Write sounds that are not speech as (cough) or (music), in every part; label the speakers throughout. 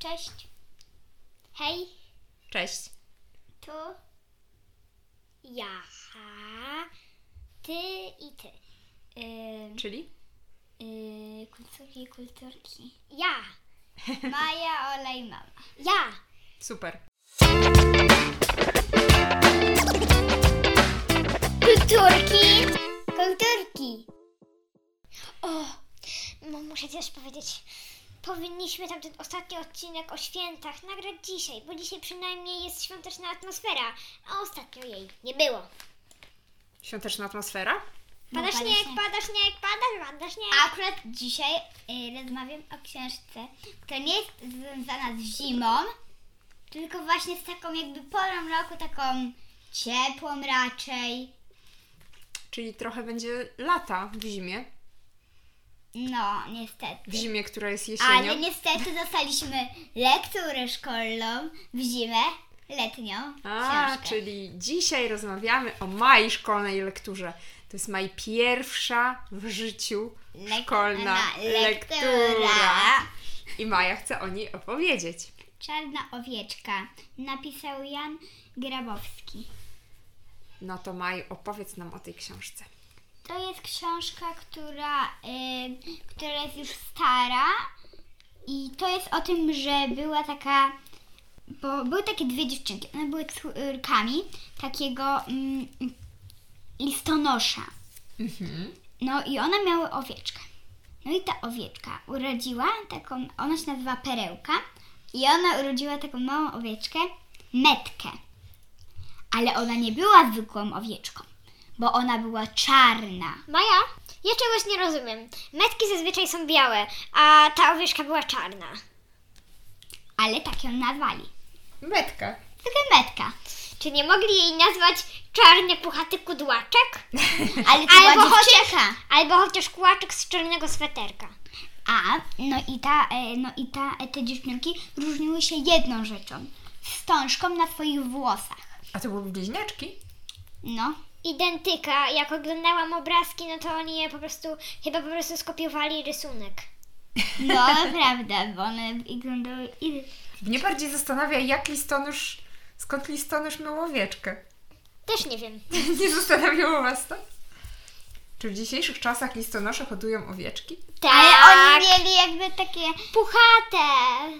Speaker 1: Cześć. Hej,
Speaker 2: Cześć.
Speaker 1: to ja, ty i ty. Ym,
Speaker 2: Czyli?
Speaker 1: yy, kulturki, kulturki. Ja, Maja, Olej, mama. Ja,
Speaker 2: Super.
Speaker 1: kulturki, kulturki. O, no muszę też powiedzieć. Powinniśmy tamten ostatni odcinek o świętach nagrać dzisiaj, bo dzisiaj przynajmniej jest świąteczna atmosfera, a ostatnio jej nie było.
Speaker 2: Świąteczna atmosfera?
Speaker 1: Pada
Speaker 3: No, pada
Speaker 1: śnieg,
Speaker 3: śnieg.
Speaker 1: pada śnieg, pada, pada śnieg.
Speaker 3: A akurat dzisiaj y, rozmawiam o książce, która nie jest związana z zimą, tylko właśnie z taką jakby porą roku, taką ciepłą raczej.
Speaker 2: Czyli trochę będzie lata w zimie.
Speaker 3: No,
Speaker 2: W
Speaker 3: niestety.
Speaker 2: zimie, która jest jesienią.
Speaker 3: Ale niestety dostaliśmy lekturę szkolną w zimę, letnią
Speaker 2: A,
Speaker 3: książkę.
Speaker 2: czyli dzisiaj rozmawiamy o mojej szkolnej lekturze. To jest moja pierwsza w życiu
Speaker 3: Lek-
Speaker 2: szkolna
Speaker 3: na-
Speaker 2: lektura. I Maja chce o niej opowiedzieć.
Speaker 3: Czarna owieczka. Napisał Jan Grabowski.
Speaker 2: No to Maj, opowiedz nam o tej książce.
Speaker 3: To jest książka, która, y, która jest już stara i to jest o tym, że była taka, bo były takie dwie dziewczynki, one były córkami takiego mm, listonosza. No i one miały owieczkę. No i ta owieczka urodziła taką, ona się nazywa Perełka i ona urodziła taką małą owieczkę, metkę. Ale ona nie była zwykłą owieczką, bo ona była czarna.
Speaker 1: Maja, ja czegoś nie rozumiem. Metki zazwyczaj są białe, a ta owieczka była czarna.
Speaker 3: ale tak ją nazwali.
Speaker 2: Metka.
Speaker 3: Tylko
Speaker 1: (laughs)
Speaker 3: metka.
Speaker 1: Czy nie mogli jej nazwać czarny puchaty
Speaker 2: (laughs)
Speaker 1: kudłaczek?
Speaker 3: Ale to
Speaker 1: Albo
Speaker 3: była
Speaker 1: chociaż-
Speaker 3: dziewczynka.
Speaker 1: Albo chociaż kułaczek z czarnego sweterka.
Speaker 3: A, no i, ta, e, no i ta, e, te dziewczynki różniły się jedną rzeczą. Wstążką na swoich włosach.
Speaker 2: A to były bliźniaczki?
Speaker 3: No. (laughs)
Speaker 1: Identyka, jak oglądałam obrazki, no to oni je po prostu, chyba po prostu skopiowali rysunek.
Speaker 3: No, prawda, bo one wyglądały... i-
Speaker 2: Mnie bardziej zastanawia, jak listonusz, skąd listonusz miał owieczkę.
Speaker 1: Też nie wiem.
Speaker 2: (laughs) Nie zastanawiało Was to? Czy w dzisiejszych czasach listonosze hodują owieczki?
Speaker 3: Ale
Speaker 1: Tak,
Speaker 3: oni mieli jakby takie...
Speaker 1: puchate,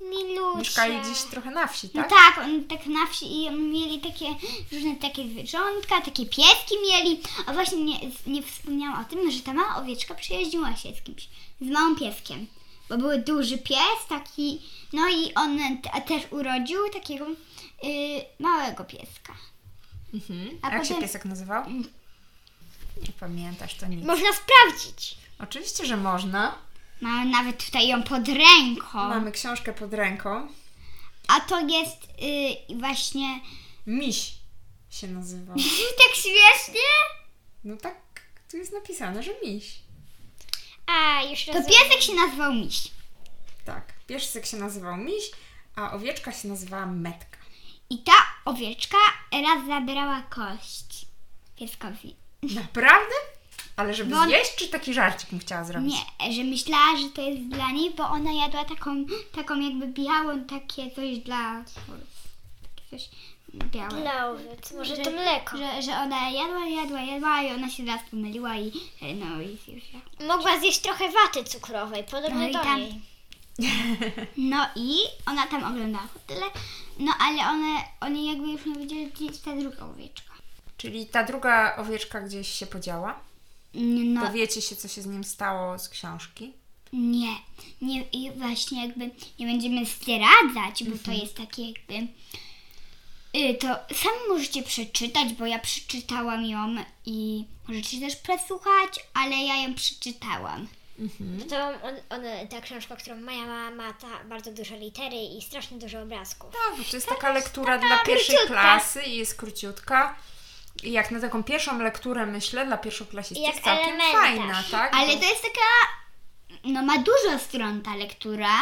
Speaker 1: milusie.
Speaker 2: Mieszkali gdzieś trochę na wsi,
Speaker 3: No
Speaker 2: tak?
Speaker 3: tak, oni tak na wsi i oni mieli takie różne takie zwierzątka, takie pieski mieli. A właśnie nie, nie wspomniałam o tym, że ta mała owieczka przyjaźniła się z kimś, z małym pieskiem. Bo był duży pies taki, no i on t- też urodził takiego y, małego pieska.
Speaker 2: Mhm.
Speaker 3: A
Speaker 2: A jak się
Speaker 3: potem- Mm.
Speaker 2: piesek nazywał? Nie pamiętasz, to nic.
Speaker 1: Można sprawdzić.
Speaker 2: Oczywiście, że można.
Speaker 3: Mam nawet tutaj ją pod ręką.
Speaker 2: Mamy książkę pod ręką.
Speaker 3: A to jest y, właśnie (laughs)
Speaker 2: Miś się nazywa.
Speaker 3: tak śmiesznie.
Speaker 2: No tak, tu jest napisane, że miś.
Speaker 1: A, już
Speaker 3: To
Speaker 1: rozumiem.
Speaker 3: piesek się nazywał Miś.
Speaker 2: Tak, piesek się nazywał miś, a owieczka się nazywała metka.
Speaker 3: I ta owieczka raz zabrała kość pieskowi.
Speaker 2: Naprawdę? Ale żeby
Speaker 3: Bo on-
Speaker 2: zjeść, czy taki żarcik mu chciała zrobić?
Speaker 3: No Nie, że myślała, że to jest dla niej, bo ona jadła taką, taką jakby białą, takie coś dla kurów. Takie Coś białe.
Speaker 1: Dla owiec, może to mleko.
Speaker 3: Że, że ona jadła, jadła, jadła i ona się raz pomyliła i e, no i zjeżdża.
Speaker 1: Mogła zjeść trochę waty cukrowej,
Speaker 3: No
Speaker 1: podobnie
Speaker 3: i
Speaker 1: do (laughs)
Speaker 3: tam-
Speaker 1: niej.
Speaker 3: (laughs) No i ona tam oglądała tyle, no ale one, oni jakby już nie wiedzieli, gdzie jest ta druga owieczka.
Speaker 2: Czyli ta druga owieczka gdzieś się podziała?
Speaker 3: No,
Speaker 2: Dowiecie się, co się z nim stało z książki?
Speaker 3: Nie, nie i właśnie jakby nie będziemy zdradzać, bo to
Speaker 1: Mhm.
Speaker 3: jest takie jakby. Y, To sami możecie przeczytać, bo ja przeczytałam ją i możecie też przesłuchać, ale ja ją przeczytałam.
Speaker 1: No to on, on, ta książka, którą Maja ma, ma ta bardzo dużo litery i strasznie dużo obrazków.
Speaker 2: Tak, bo to jest taka lektura dla pierwszej
Speaker 1: króciutka.
Speaker 2: klasy i jest króciutka. I jak na taką pierwszą lekturę, myślę, dla pierwszoklasisty
Speaker 1: Jak
Speaker 2: jest całkiem
Speaker 1: elementarz.
Speaker 2: fajna, tak?
Speaker 3: Ale
Speaker 2: Bo-
Speaker 3: to jest taka. No, ma dużo stron ta lektura.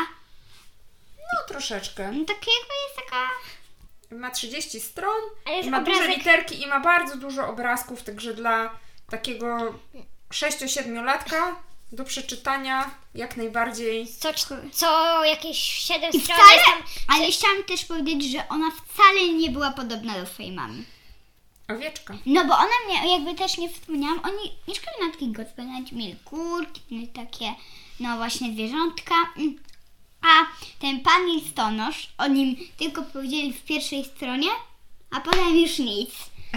Speaker 2: No troszeczkę.
Speaker 3: No, tak jakby jest taka.
Speaker 2: Ma 30 stron,
Speaker 1: Ale jest
Speaker 2: ma duże
Speaker 1: obrazek-
Speaker 2: literki i ma bardzo dużo obrazków, także dla takiego 6-7-latka do przeczytania jak najbardziej.
Speaker 1: Co, cz- co jakieś 7
Speaker 3: I
Speaker 1: stron
Speaker 3: wcale-
Speaker 1: jest tam...
Speaker 3: Ale chciałam też powiedzieć, że ona wcale nie była podobna do swojej mamy.
Speaker 2: Owieczka.
Speaker 3: No bo ona mnie, jakby też nie wspomniałam, oni mieszkali na takiej gospodarce, mieli kurki, mieli takie, no właśnie zwierzątka. Mm. A ten pan listonosz, o nim tylko powiedzieli w pierwszej stronie, a potem już nic.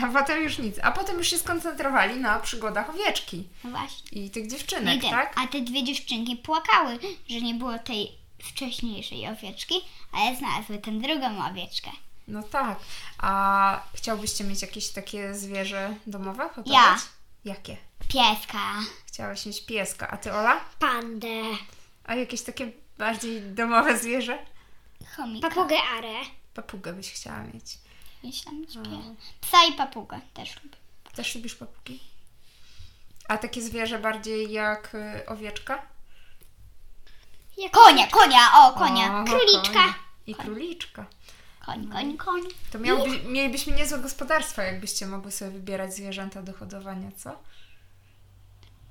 Speaker 2: A potem już nic. A potem już się skoncentrowali na przygodach owieczki
Speaker 3: No właśnie.
Speaker 2: i tych
Speaker 3: No i
Speaker 2: dziewczynek,
Speaker 3: ten-
Speaker 2: tak?
Speaker 3: A te dwie dziewczynki płakały, że nie było tej wcześniejszej owieczki, ale znalazły tę drugą owieczkę.
Speaker 2: No tak. A chciałbyście mieć jakieś takie zwierzę domowe? Hodować?
Speaker 3: Ja.
Speaker 2: Jakie?
Speaker 3: Pieska.
Speaker 2: Chciałaś mieć pieska, a ty Ola?
Speaker 1: Pandę,
Speaker 2: A jakieś takie bardziej domowe zwierzę?
Speaker 3: Chomika.
Speaker 1: papugę arę.
Speaker 2: Papugę byś chciała mieć.
Speaker 3: Myślałam, że
Speaker 2: Hmm.
Speaker 3: pie- Psa i papugę też lubię.
Speaker 2: Też lubisz papugi? A takie zwierzę bardziej jak y, owieczka?
Speaker 1: Jak-
Speaker 3: Konia, konia, o, konia.
Speaker 2: tak. O,
Speaker 1: Króliczka.
Speaker 2: konia. I króliczka.
Speaker 3: Koń, koń, koń.
Speaker 2: To miałby, mielibyśmy niezłe gospodarstwo, jakbyście mogły sobie wybierać zwierzęta do hodowania, co?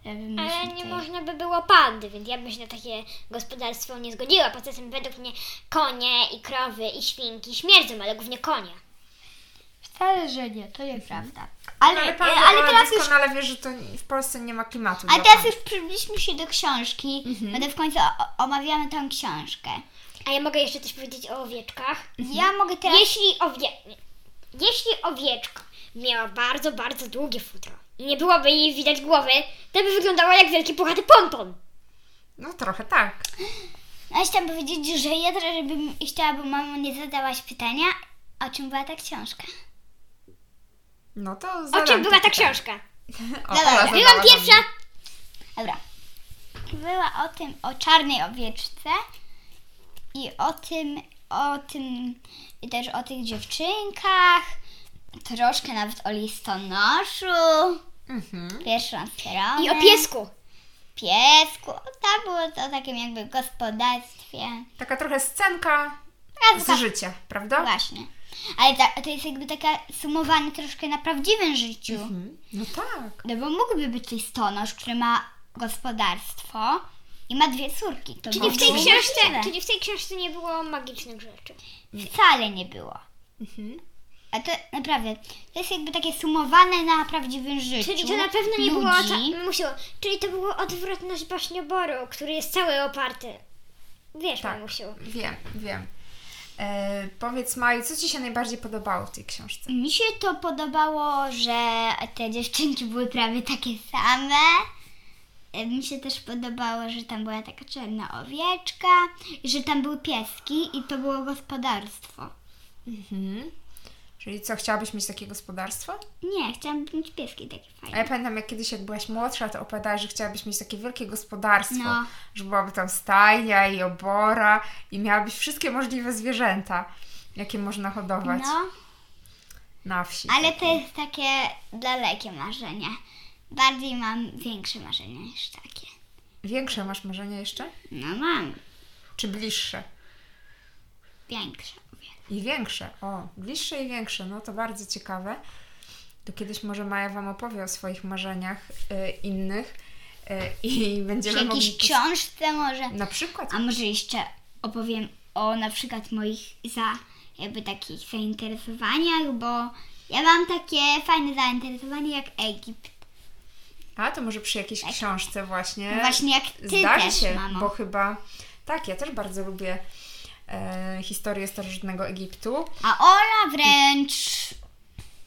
Speaker 3: Żeby
Speaker 1: Ale
Speaker 3: mi się
Speaker 1: nie
Speaker 3: tutaj-
Speaker 1: można by było pandy, więc ja bym się na takie gospodarstwo nie zgodziła. Poza tym według mnie konie i krowy i świnki śmierdzą, ale głównie konie.
Speaker 3: Wcale, że nie, to nieprawda.
Speaker 2: No,
Speaker 3: Ale,
Speaker 2: ale
Speaker 3: ale, e,
Speaker 2: pan
Speaker 3: ale teraz już...
Speaker 2: doskonale wie, że to w Polsce nie ma klimatu.
Speaker 3: A
Speaker 2: dla
Speaker 3: teraz
Speaker 2: pandy.
Speaker 3: już przybliżmy się do książki, będę w końcu o- omawiamy tą książkę.
Speaker 1: A ja mogę jeszcze coś powiedzieć o owieczkach?
Speaker 3: Ja mogę teraz...
Speaker 1: Jeśli, owie... Jeśli owieczka miała bardzo, bardzo długie futro i nie byłoby jej widać głowy, to by wyglądała jak wielki puchaty pompon.
Speaker 2: No trochę tak.
Speaker 3: Ja No chciałam powiedzieć, że ja teraz bym chciała, bo mama nie zadałaś pytania, o czym była ta książka.
Speaker 2: No to
Speaker 1: O
Speaker 2: zadam
Speaker 1: czym
Speaker 2: to
Speaker 1: była ta
Speaker 2: pytanie.
Speaker 1: książka?
Speaker 2: O,
Speaker 3: Dobra,
Speaker 2: Ola zadała
Speaker 1: Byłam
Speaker 2: do mnie.
Speaker 1: pierwsza.
Speaker 3: Dobra. Była o tym, o czarnej owieczce i o tym, o tym, i też o tych dziewczynkach, troszkę nawet o listonoszu,
Speaker 2: Mhm.
Speaker 3: pierwszą stronę.
Speaker 1: I o piesku.
Speaker 3: Piesku, tam było to o takim jakby gospodarstwie.
Speaker 2: Taka trochę scenka z
Speaker 1: Tak,
Speaker 3: Razka,
Speaker 2: życia, prawda?
Speaker 3: właśnie. Ale ta, to jest jakby taka sumowana troszkę na prawdziwym życiu.
Speaker 2: Mhm. No tak.
Speaker 3: No bo mógłby być listonosz, który ma gospodarstwo i ma dwie córki. To
Speaker 1: Czyli w, tej
Speaker 3: byłoby
Speaker 1: książce,
Speaker 3: możliwe.
Speaker 1: czyli w tej książce nie było magicznych rzeczy.
Speaker 3: Wcale nie było.
Speaker 2: Mhm.
Speaker 3: A to naprawdę, to jest jakby takie sumowane na prawdziwym życiu.
Speaker 1: Czyli to na pewno nie było...
Speaker 3: ludzi.
Speaker 1: Ta, musiło, czyli to było odwrotność baśnioboru, który jest cały oparty. Wiesz,
Speaker 2: Tak.
Speaker 1: mamusiu.
Speaker 2: Wiem, wiem. E, powiedz Maju, co Ci się najbardziej podobało w tej książce?
Speaker 3: Mi się to podobało, że te dziewczynki były prawie takie same. E, Mi się też podobało, że tam była taka czarna owieczka, i że tam były pieski i to było gospodarstwo.
Speaker 2: Mhm. Czyli co, chciałabyś mieć takie gospodarstwo?
Speaker 3: Nie, chciałam mieć pieski takie
Speaker 2: A
Speaker 3: fajne.
Speaker 2: ja pamiętam, jak kiedyś, jak byłaś młodsza, to opowiadałaś, że chciałabyś mieć takie wielkie gospodarstwo,
Speaker 3: No.
Speaker 2: że byłaby tam stajnia i obora i miałabyś wszystkie możliwe zwierzęta, jakie można hodować
Speaker 3: No,
Speaker 2: na wsi.
Speaker 3: ale to jest takie dalekie marzenie. Bardziej mam większe marzenie niż takie.
Speaker 2: Większe masz marzenia jeszcze?
Speaker 3: No mam
Speaker 2: Czy bliższe?
Speaker 3: większe. mówię.
Speaker 2: I większe. O, bliższe i większe. No to bardzo ciekawe. To kiedyś może Maja Wam opowie o swoich marzeniach e, innych e, i (laughs)
Speaker 3: Przy
Speaker 2: będziemy
Speaker 3: jakiejś
Speaker 2: mogli... pis-
Speaker 3: książce może.
Speaker 2: Na przykład.
Speaker 3: A może jeszcze opowiem o na przykład moich za jakby takich zainteresowaniach, bo ja mam takie fajne zainteresowanie jak Egipt.
Speaker 2: A, to może przy jakiejś książce właśnie.
Speaker 3: Tak. No właśnie jak ty
Speaker 2: Zdarzy
Speaker 3: też,
Speaker 2: się,
Speaker 3: mamo.
Speaker 2: bo chyba... Tak, ja też bardzo lubię e, historię starożytnego Egiptu.
Speaker 3: A Ola wręcz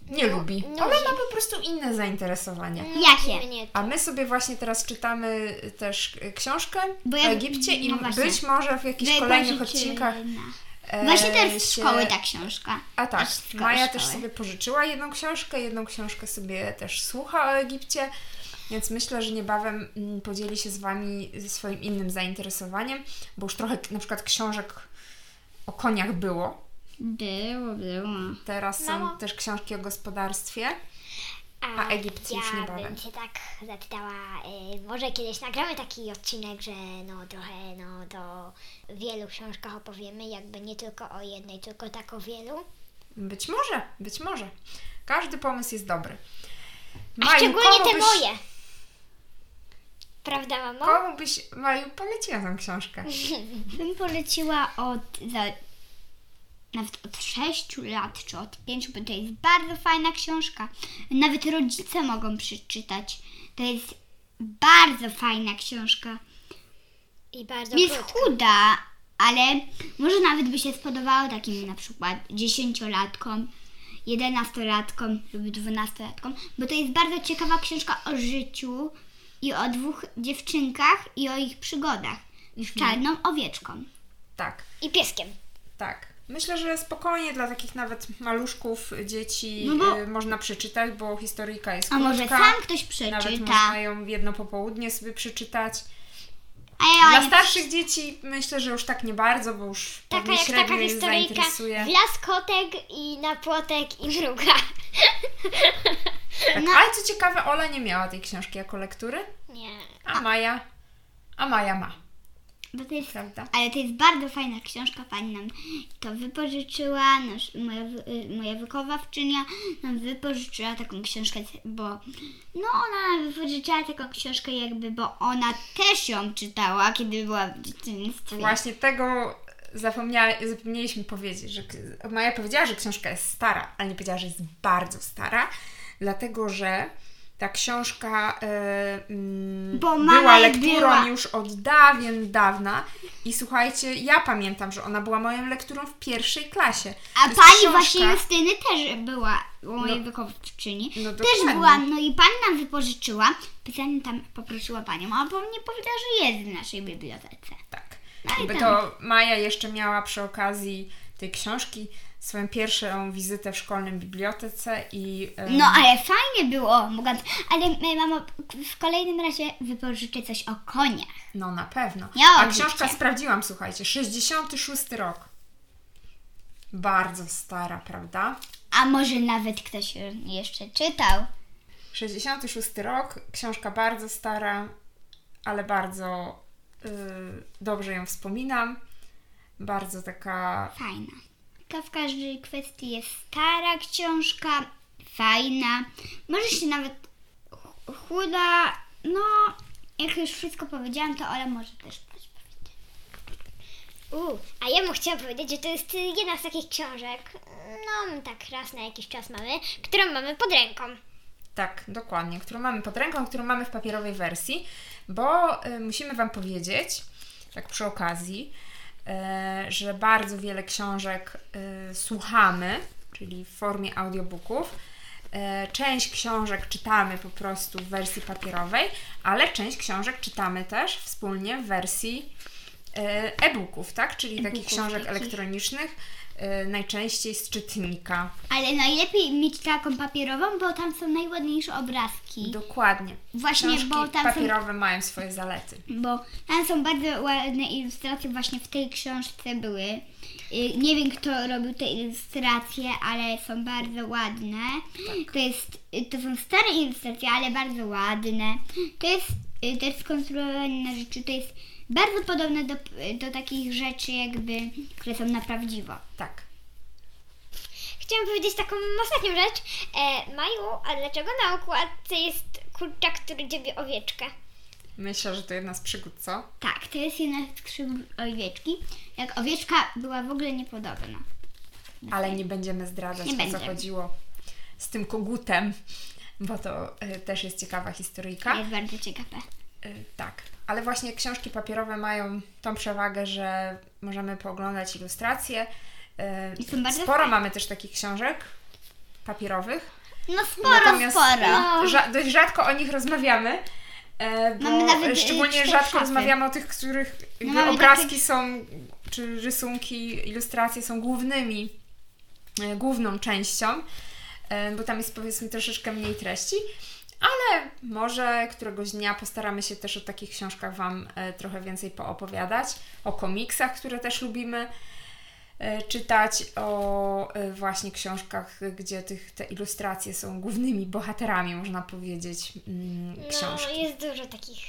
Speaker 2: Nie lubi.
Speaker 1: no
Speaker 2: Ona ma
Speaker 1: nie.
Speaker 2: po prostu inne zainteresowania.
Speaker 3: Jakie?
Speaker 1: Nie.
Speaker 2: A my sobie właśnie teraz czytamy też e, książkę
Speaker 3: Bo
Speaker 2: o
Speaker 3: ja-
Speaker 2: Egipcie i
Speaker 3: no właśnie.
Speaker 2: być może w jakichś
Speaker 3: wypożyczyła
Speaker 2: kolejnych odcinkach
Speaker 3: jedna.
Speaker 2: e,
Speaker 3: Właśnie też z
Speaker 2: się-
Speaker 3: szkoły ta książka.
Speaker 2: A tak,
Speaker 3: Też z szkoły,
Speaker 2: Maja
Speaker 3: szkoły.
Speaker 2: też sobie pożyczyła jedną książkę, jedną książkę sobie też słucha o Egipcie, więc myślę, że niebawem mm, podzieli się z Wami ze swoim innym zainteresowaniem, bo już trochę na przykład książek o koniach było,
Speaker 3: Było, było.
Speaker 2: teraz są
Speaker 3: No.
Speaker 1: Mamo.
Speaker 2: też książki o gospodarstwie. A Egipt
Speaker 1: ja
Speaker 2: już niebawem.
Speaker 1: bym się tak zapytała, y, może kiedyś nagramy taki odcinek, że no trochę no do wielu książkach opowiemy, jakby nie tylko o jednej, tylko tak o wielu.
Speaker 2: Być może, być może. Każdy pomysł jest dobry.
Speaker 1: A
Speaker 2: Maju,
Speaker 1: szczególnie
Speaker 2: komu
Speaker 1: te
Speaker 2: byś-
Speaker 1: moje. Prawda, mamo?
Speaker 2: Komu byś, Maju, poleciła tą książkę?
Speaker 3: Mhm. Bym poleciła od za, nawet od 6 lat czy od 5, bo to jest bardzo fajna książka. Nawet rodzice mogą przeczytać. To jest bardzo fajna książka.
Speaker 1: I bardzo
Speaker 3: Jest
Speaker 1: krótko.
Speaker 3: chuda, ale może nawet by się spodobało takim na przykład dziesięciolatkom, jedenastolatkom lub dwunastolatkom, bo to jest bardzo ciekawa książka o życiu i o dwóch dziewczynkach i o ich przygodach z czarną owieczką.
Speaker 2: Tak,
Speaker 1: I pieskiem.
Speaker 2: tak. Myślę, że spokojnie dla takich nawet maluszków, dzieci
Speaker 3: No bo-
Speaker 2: y, można przeczytać, bo historyjka jest
Speaker 3: A
Speaker 2: krótka.
Speaker 3: może sam ktoś
Speaker 2: Nawet
Speaker 3: przeczyta.
Speaker 2: można ją w jedno popołudnie sobie przeczytać.
Speaker 3: A ja
Speaker 2: Dla starszych dzieci myślę, że już tak nie bardzo, bo już
Speaker 1: Taka
Speaker 2: pewnie
Speaker 1: jak
Speaker 2: średnio
Speaker 1: taka
Speaker 2: ich
Speaker 1: historyjka.
Speaker 2: zainteresuje.
Speaker 1: W las kotek i na płotek i mruga.
Speaker 3: no.
Speaker 2: Tak, ale co ciekawe, Ola nie miała tej książki jako lektury,
Speaker 1: Nie.
Speaker 2: a Maja, a Maja ma,
Speaker 3: Bo to jest,
Speaker 2: prawda?
Speaker 3: ale to jest bardzo fajna książka, pani nam to wypożyczyła, nasz, moja, wy- y, moja wychowawczynia nam wypożyczyła taką książkę, bo no ona nam wypożyczyła taką książkę jakby, bo ona też ją czytała, kiedy była w dzieciństwie.
Speaker 2: Właśnie tego zapomnia- zapomnieliśmy powiedzieć, że k- Maja powiedziała, że książka jest stara, ale nie powiedziała, że jest bardzo stara, dlatego że ta książka e, mm,
Speaker 3: Bo mama
Speaker 2: była
Speaker 3: jej
Speaker 2: lekturą
Speaker 3: była.
Speaker 2: już od dawien dawna i słuchajcie, ja pamiętam, że ona była moją lekturą w pierwszej klasie.
Speaker 3: A
Speaker 2: To
Speaker 3: pani
Speaker 2: jest książka-
Speaker 3: właśnie Justyny też była u mojej
Speaker 2: No.
Speaker 3: wychowawczyni.
Speaker 2: No dokładnie.
Speaker 3: też była, no i pani nam wypożyczyła. Pytanie tam poprosiła panią, a bo mnie powiedziała, że jest w naszej bibliotece.
Speaker 2: Tak.
Speaker 3: i
Speaker 2: Jakby
Speaker 3: tak.
Speaker 2: to Maja jeszcze miała przy okazji tej książki swoją pierwszą wizytę w szkolnym bibliotece i e, em,
Speaker 3: No ale fajnie było, mogłam. Ale e, mamo, k- w kolejnym razie wypożyczę coś o koniach.
Speaker 2: no na pewno.
Speaker 3: Miała
Speaker 2: A książka
Speaker 3: życie.
Speaker 2: sprawdziłam, słuchajcie, 66 rok. Bardzo stara, prawda?
Speaker 3: A może nawet ktoś ją jeszcze czytał.
Speaker 2: 66 rok, książka bardzo stara, ale bardzo y, dobrze ją wspominam. Bardzo taka
Speaker 3: Fajna. Taka w każdej kwestii jest stara książka, fajna. Może się nawet ch- chuda. No, jak już wszystko powiedziałam, to Ola może też coś powiedzieć.
Speaker 1: U, a ja mu chciałam powiedzieć, że to jest y, jedna z takich książek, no my tak raz na jakiś czas mamy, którą mamy pod ręką.
Speaker 2: Tak, dokładnie, którą mamy pod ręką, którą mamy w papierowej wersji, bo y, musimy Wam powiedzieć, tak przy okazji, y, że bardzo wiele książek y, słuchamy, czyli w formie audiobooków. Y, część książek czytamy po prostu w wersji papierowej, ale część książek czytamy też wspólnie w wersji y, e-booków, tak? Czyli takich
Speaker 3: E-booków
Speaker 2: książek
Speaker 3: takich.
Speaker 2: elektronicznych, y, najczęściej z czytnika.
Speaker 3: Ale najlepiej mieć taką papierową, bo tam są najładniejsze obrazki.
Speaker 2: Dokładnie.
Speaker 3: Właśnie,
Speaker 2: Książki
Speaker 3: bo tam są-
Speaker 2: papierowe mają swoje zalety.
Speaker 3: Bo tam są bardzo ładne ilustracje, właśnie w tej książce były. Y, Nie wiem, kto robił te ilustracje, ale są bardzo ładne. To, jest, y, to są stare ilustracje, ale bardzo ładne. To jest y, też skonstruowane na rzeczy. To jest bardzo podobne do, do takich rzeczy, jakby, które są na prawdziwo.
Speaker 2: Tak.
Speaker 1: Chciałam powiedzieć taką ostatnią rzecz. E, Maju, a dlaczego na okładce jest kurczak, który dziebie owieczkę?
Speaker 2: Myślę, że to jedna z przygód, co?
Speaker 3: Tak, to jest jedna z krzywd owieczki. Jak owieczka była w ogóle niepodobna.
Speaker 2: Ale nie będziemy zdradzać,
Speaker 3: Nie
Speaker 2: o co
Speaker 3: będziemy.
Speaker 2: chodziło z tym kogutem, bo to y, też jest ciekawa historyjka.
Speaker 3: Jest bardzo ciekawe.
Speaker 2: Y, tak. Ale właśnie książki papierowe mają tą przewagę, że możemy pooglądać ilustracje.
Speaker 3: I
Speaker 2: Y,
Speaker 3: są bardzo
Speaker 2: Sporo
Speaker 3: fajne.
Speaker 2: mamy też takich książek papierowych.
Speaker 3: No sporo, sporo.
Speaker 2: y, Rza- dość rzadko o nich rozmawiamy. e, Bo
Speaker 3: Mamy nawet, y,
Speaker 2: szczególnie
Speaker 3: cztery
Speaker 2: rzadko
Speaker 3: szafy.
Speaker 2: rozmawiamy o tych, których
Speaker 3: No
Speaker 2: jakby
Speaker 3: mamy
Speaker 2: obrazki
Speaker 3: takie-
Speaker 2: są, czy rysunki, ilustracje są głównymi, e, główną częścią, e, bo tam jest powiedzmy troszeczkę mniej treści, ale może któregoś dnia postaramy się też o takich książkach Wam e, trochę więcej poopowiadać, o komiksach, które też lubimy e, czytać o e, właśnie książkach, e, gdzie tych, te ilustracje są głównymi bohaterami, można powiedzieć, mm,
Speaker 1: No,
Speaker 2: książki.
Speaker 1: jest dużo takich.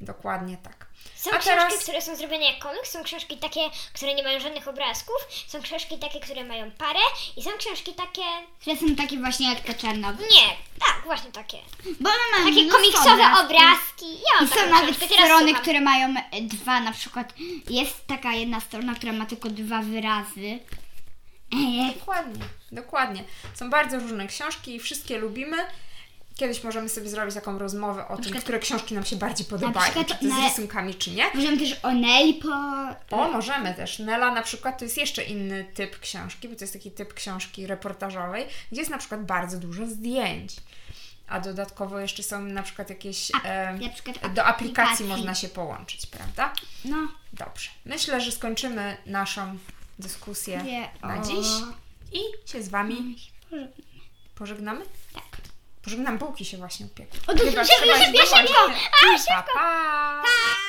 Speaker 2: Dokładnie tak.
Speaker 1: Są
Speaker 2: A
Speaker 1: książki,
Speaker 2: teraz-
Speaker 1: które są zrobione jak komiks, są książki takie, które nie mają żadnych obrazków, są książki takie, które mają parę i są książki takie...
Speaker 3: Które są takie właśnie jak te Czarnobyl.
Speaker 1: Nie, tak, właśnie takie.
Speaker 3: Bo one mają
Speaker 1: Takie
Speaker 3: mnóstwo
Speaker 1: komiksowe
Speaker 3: obrazków.
Speaker 1: obrazki. Ja mam
Speaker 3: no I są
Speaker 1: taką
Speaker 3: nawet
Speaker 1: książkę, teraz
Speaker 3: strony,
Speaker 1: słucham.
Speaker 3: które mają e, dwa, na przykład jest taka jedna strona, która ma tylko dwa wyrazy. E, Ej,
Speaker 2: Dokładnie, dokładnie. Są bardzo różne książki i wszystkie lubimy. Kiedyś możemy sobie zrobić taką rozmowę o tym,
Speaker 3: przykład-
Speaker 2: które książki nam się bardziej podobają,
Speaker 3: przykład
Speaker 2: czy te z
Speaker 3: na-
Speaker 2: rysunkami, czy nie.
Speaker 3: Możemy też o Nelly po... Tak.
Speaker 2: O, No, możemy też. Nela na przykład to jest jeszcze inny typ książki, bo to jest taki typ książki reportażowej, gdzie jest na przykład bardzo dużo zdjęć. A dodatkowo jeszcze są na przykład jakieś. e,
Speaker 3: na przykład
Speaker 2: do aplikacji
Speaker 3: aplikacji.
Speaker 2: można się połączyć, prawda?
Speaker 3: No,
Speaker 2: Dobrze. Myślę, że skończymy naszą dyskusję
Speaker 3: Nie,
Speaker 2: na
Speaker 3: o.
Speaker 2: dziś i się z Wami pożegnamy.
Speaker 3: tak.
Speaker 2: Pożegnam bułki się właśnie upiekły.
Speaker 3: O, to
Speaker 2: Chyba
Speaker 3: szybko,
Speaker 2: trzeba
Speaker 3: szybko,
Speaker 2: iść do
Speaker 3: szybko!
Speaker 2: łazienki. Pa, pa.
Speaker 3: Pa!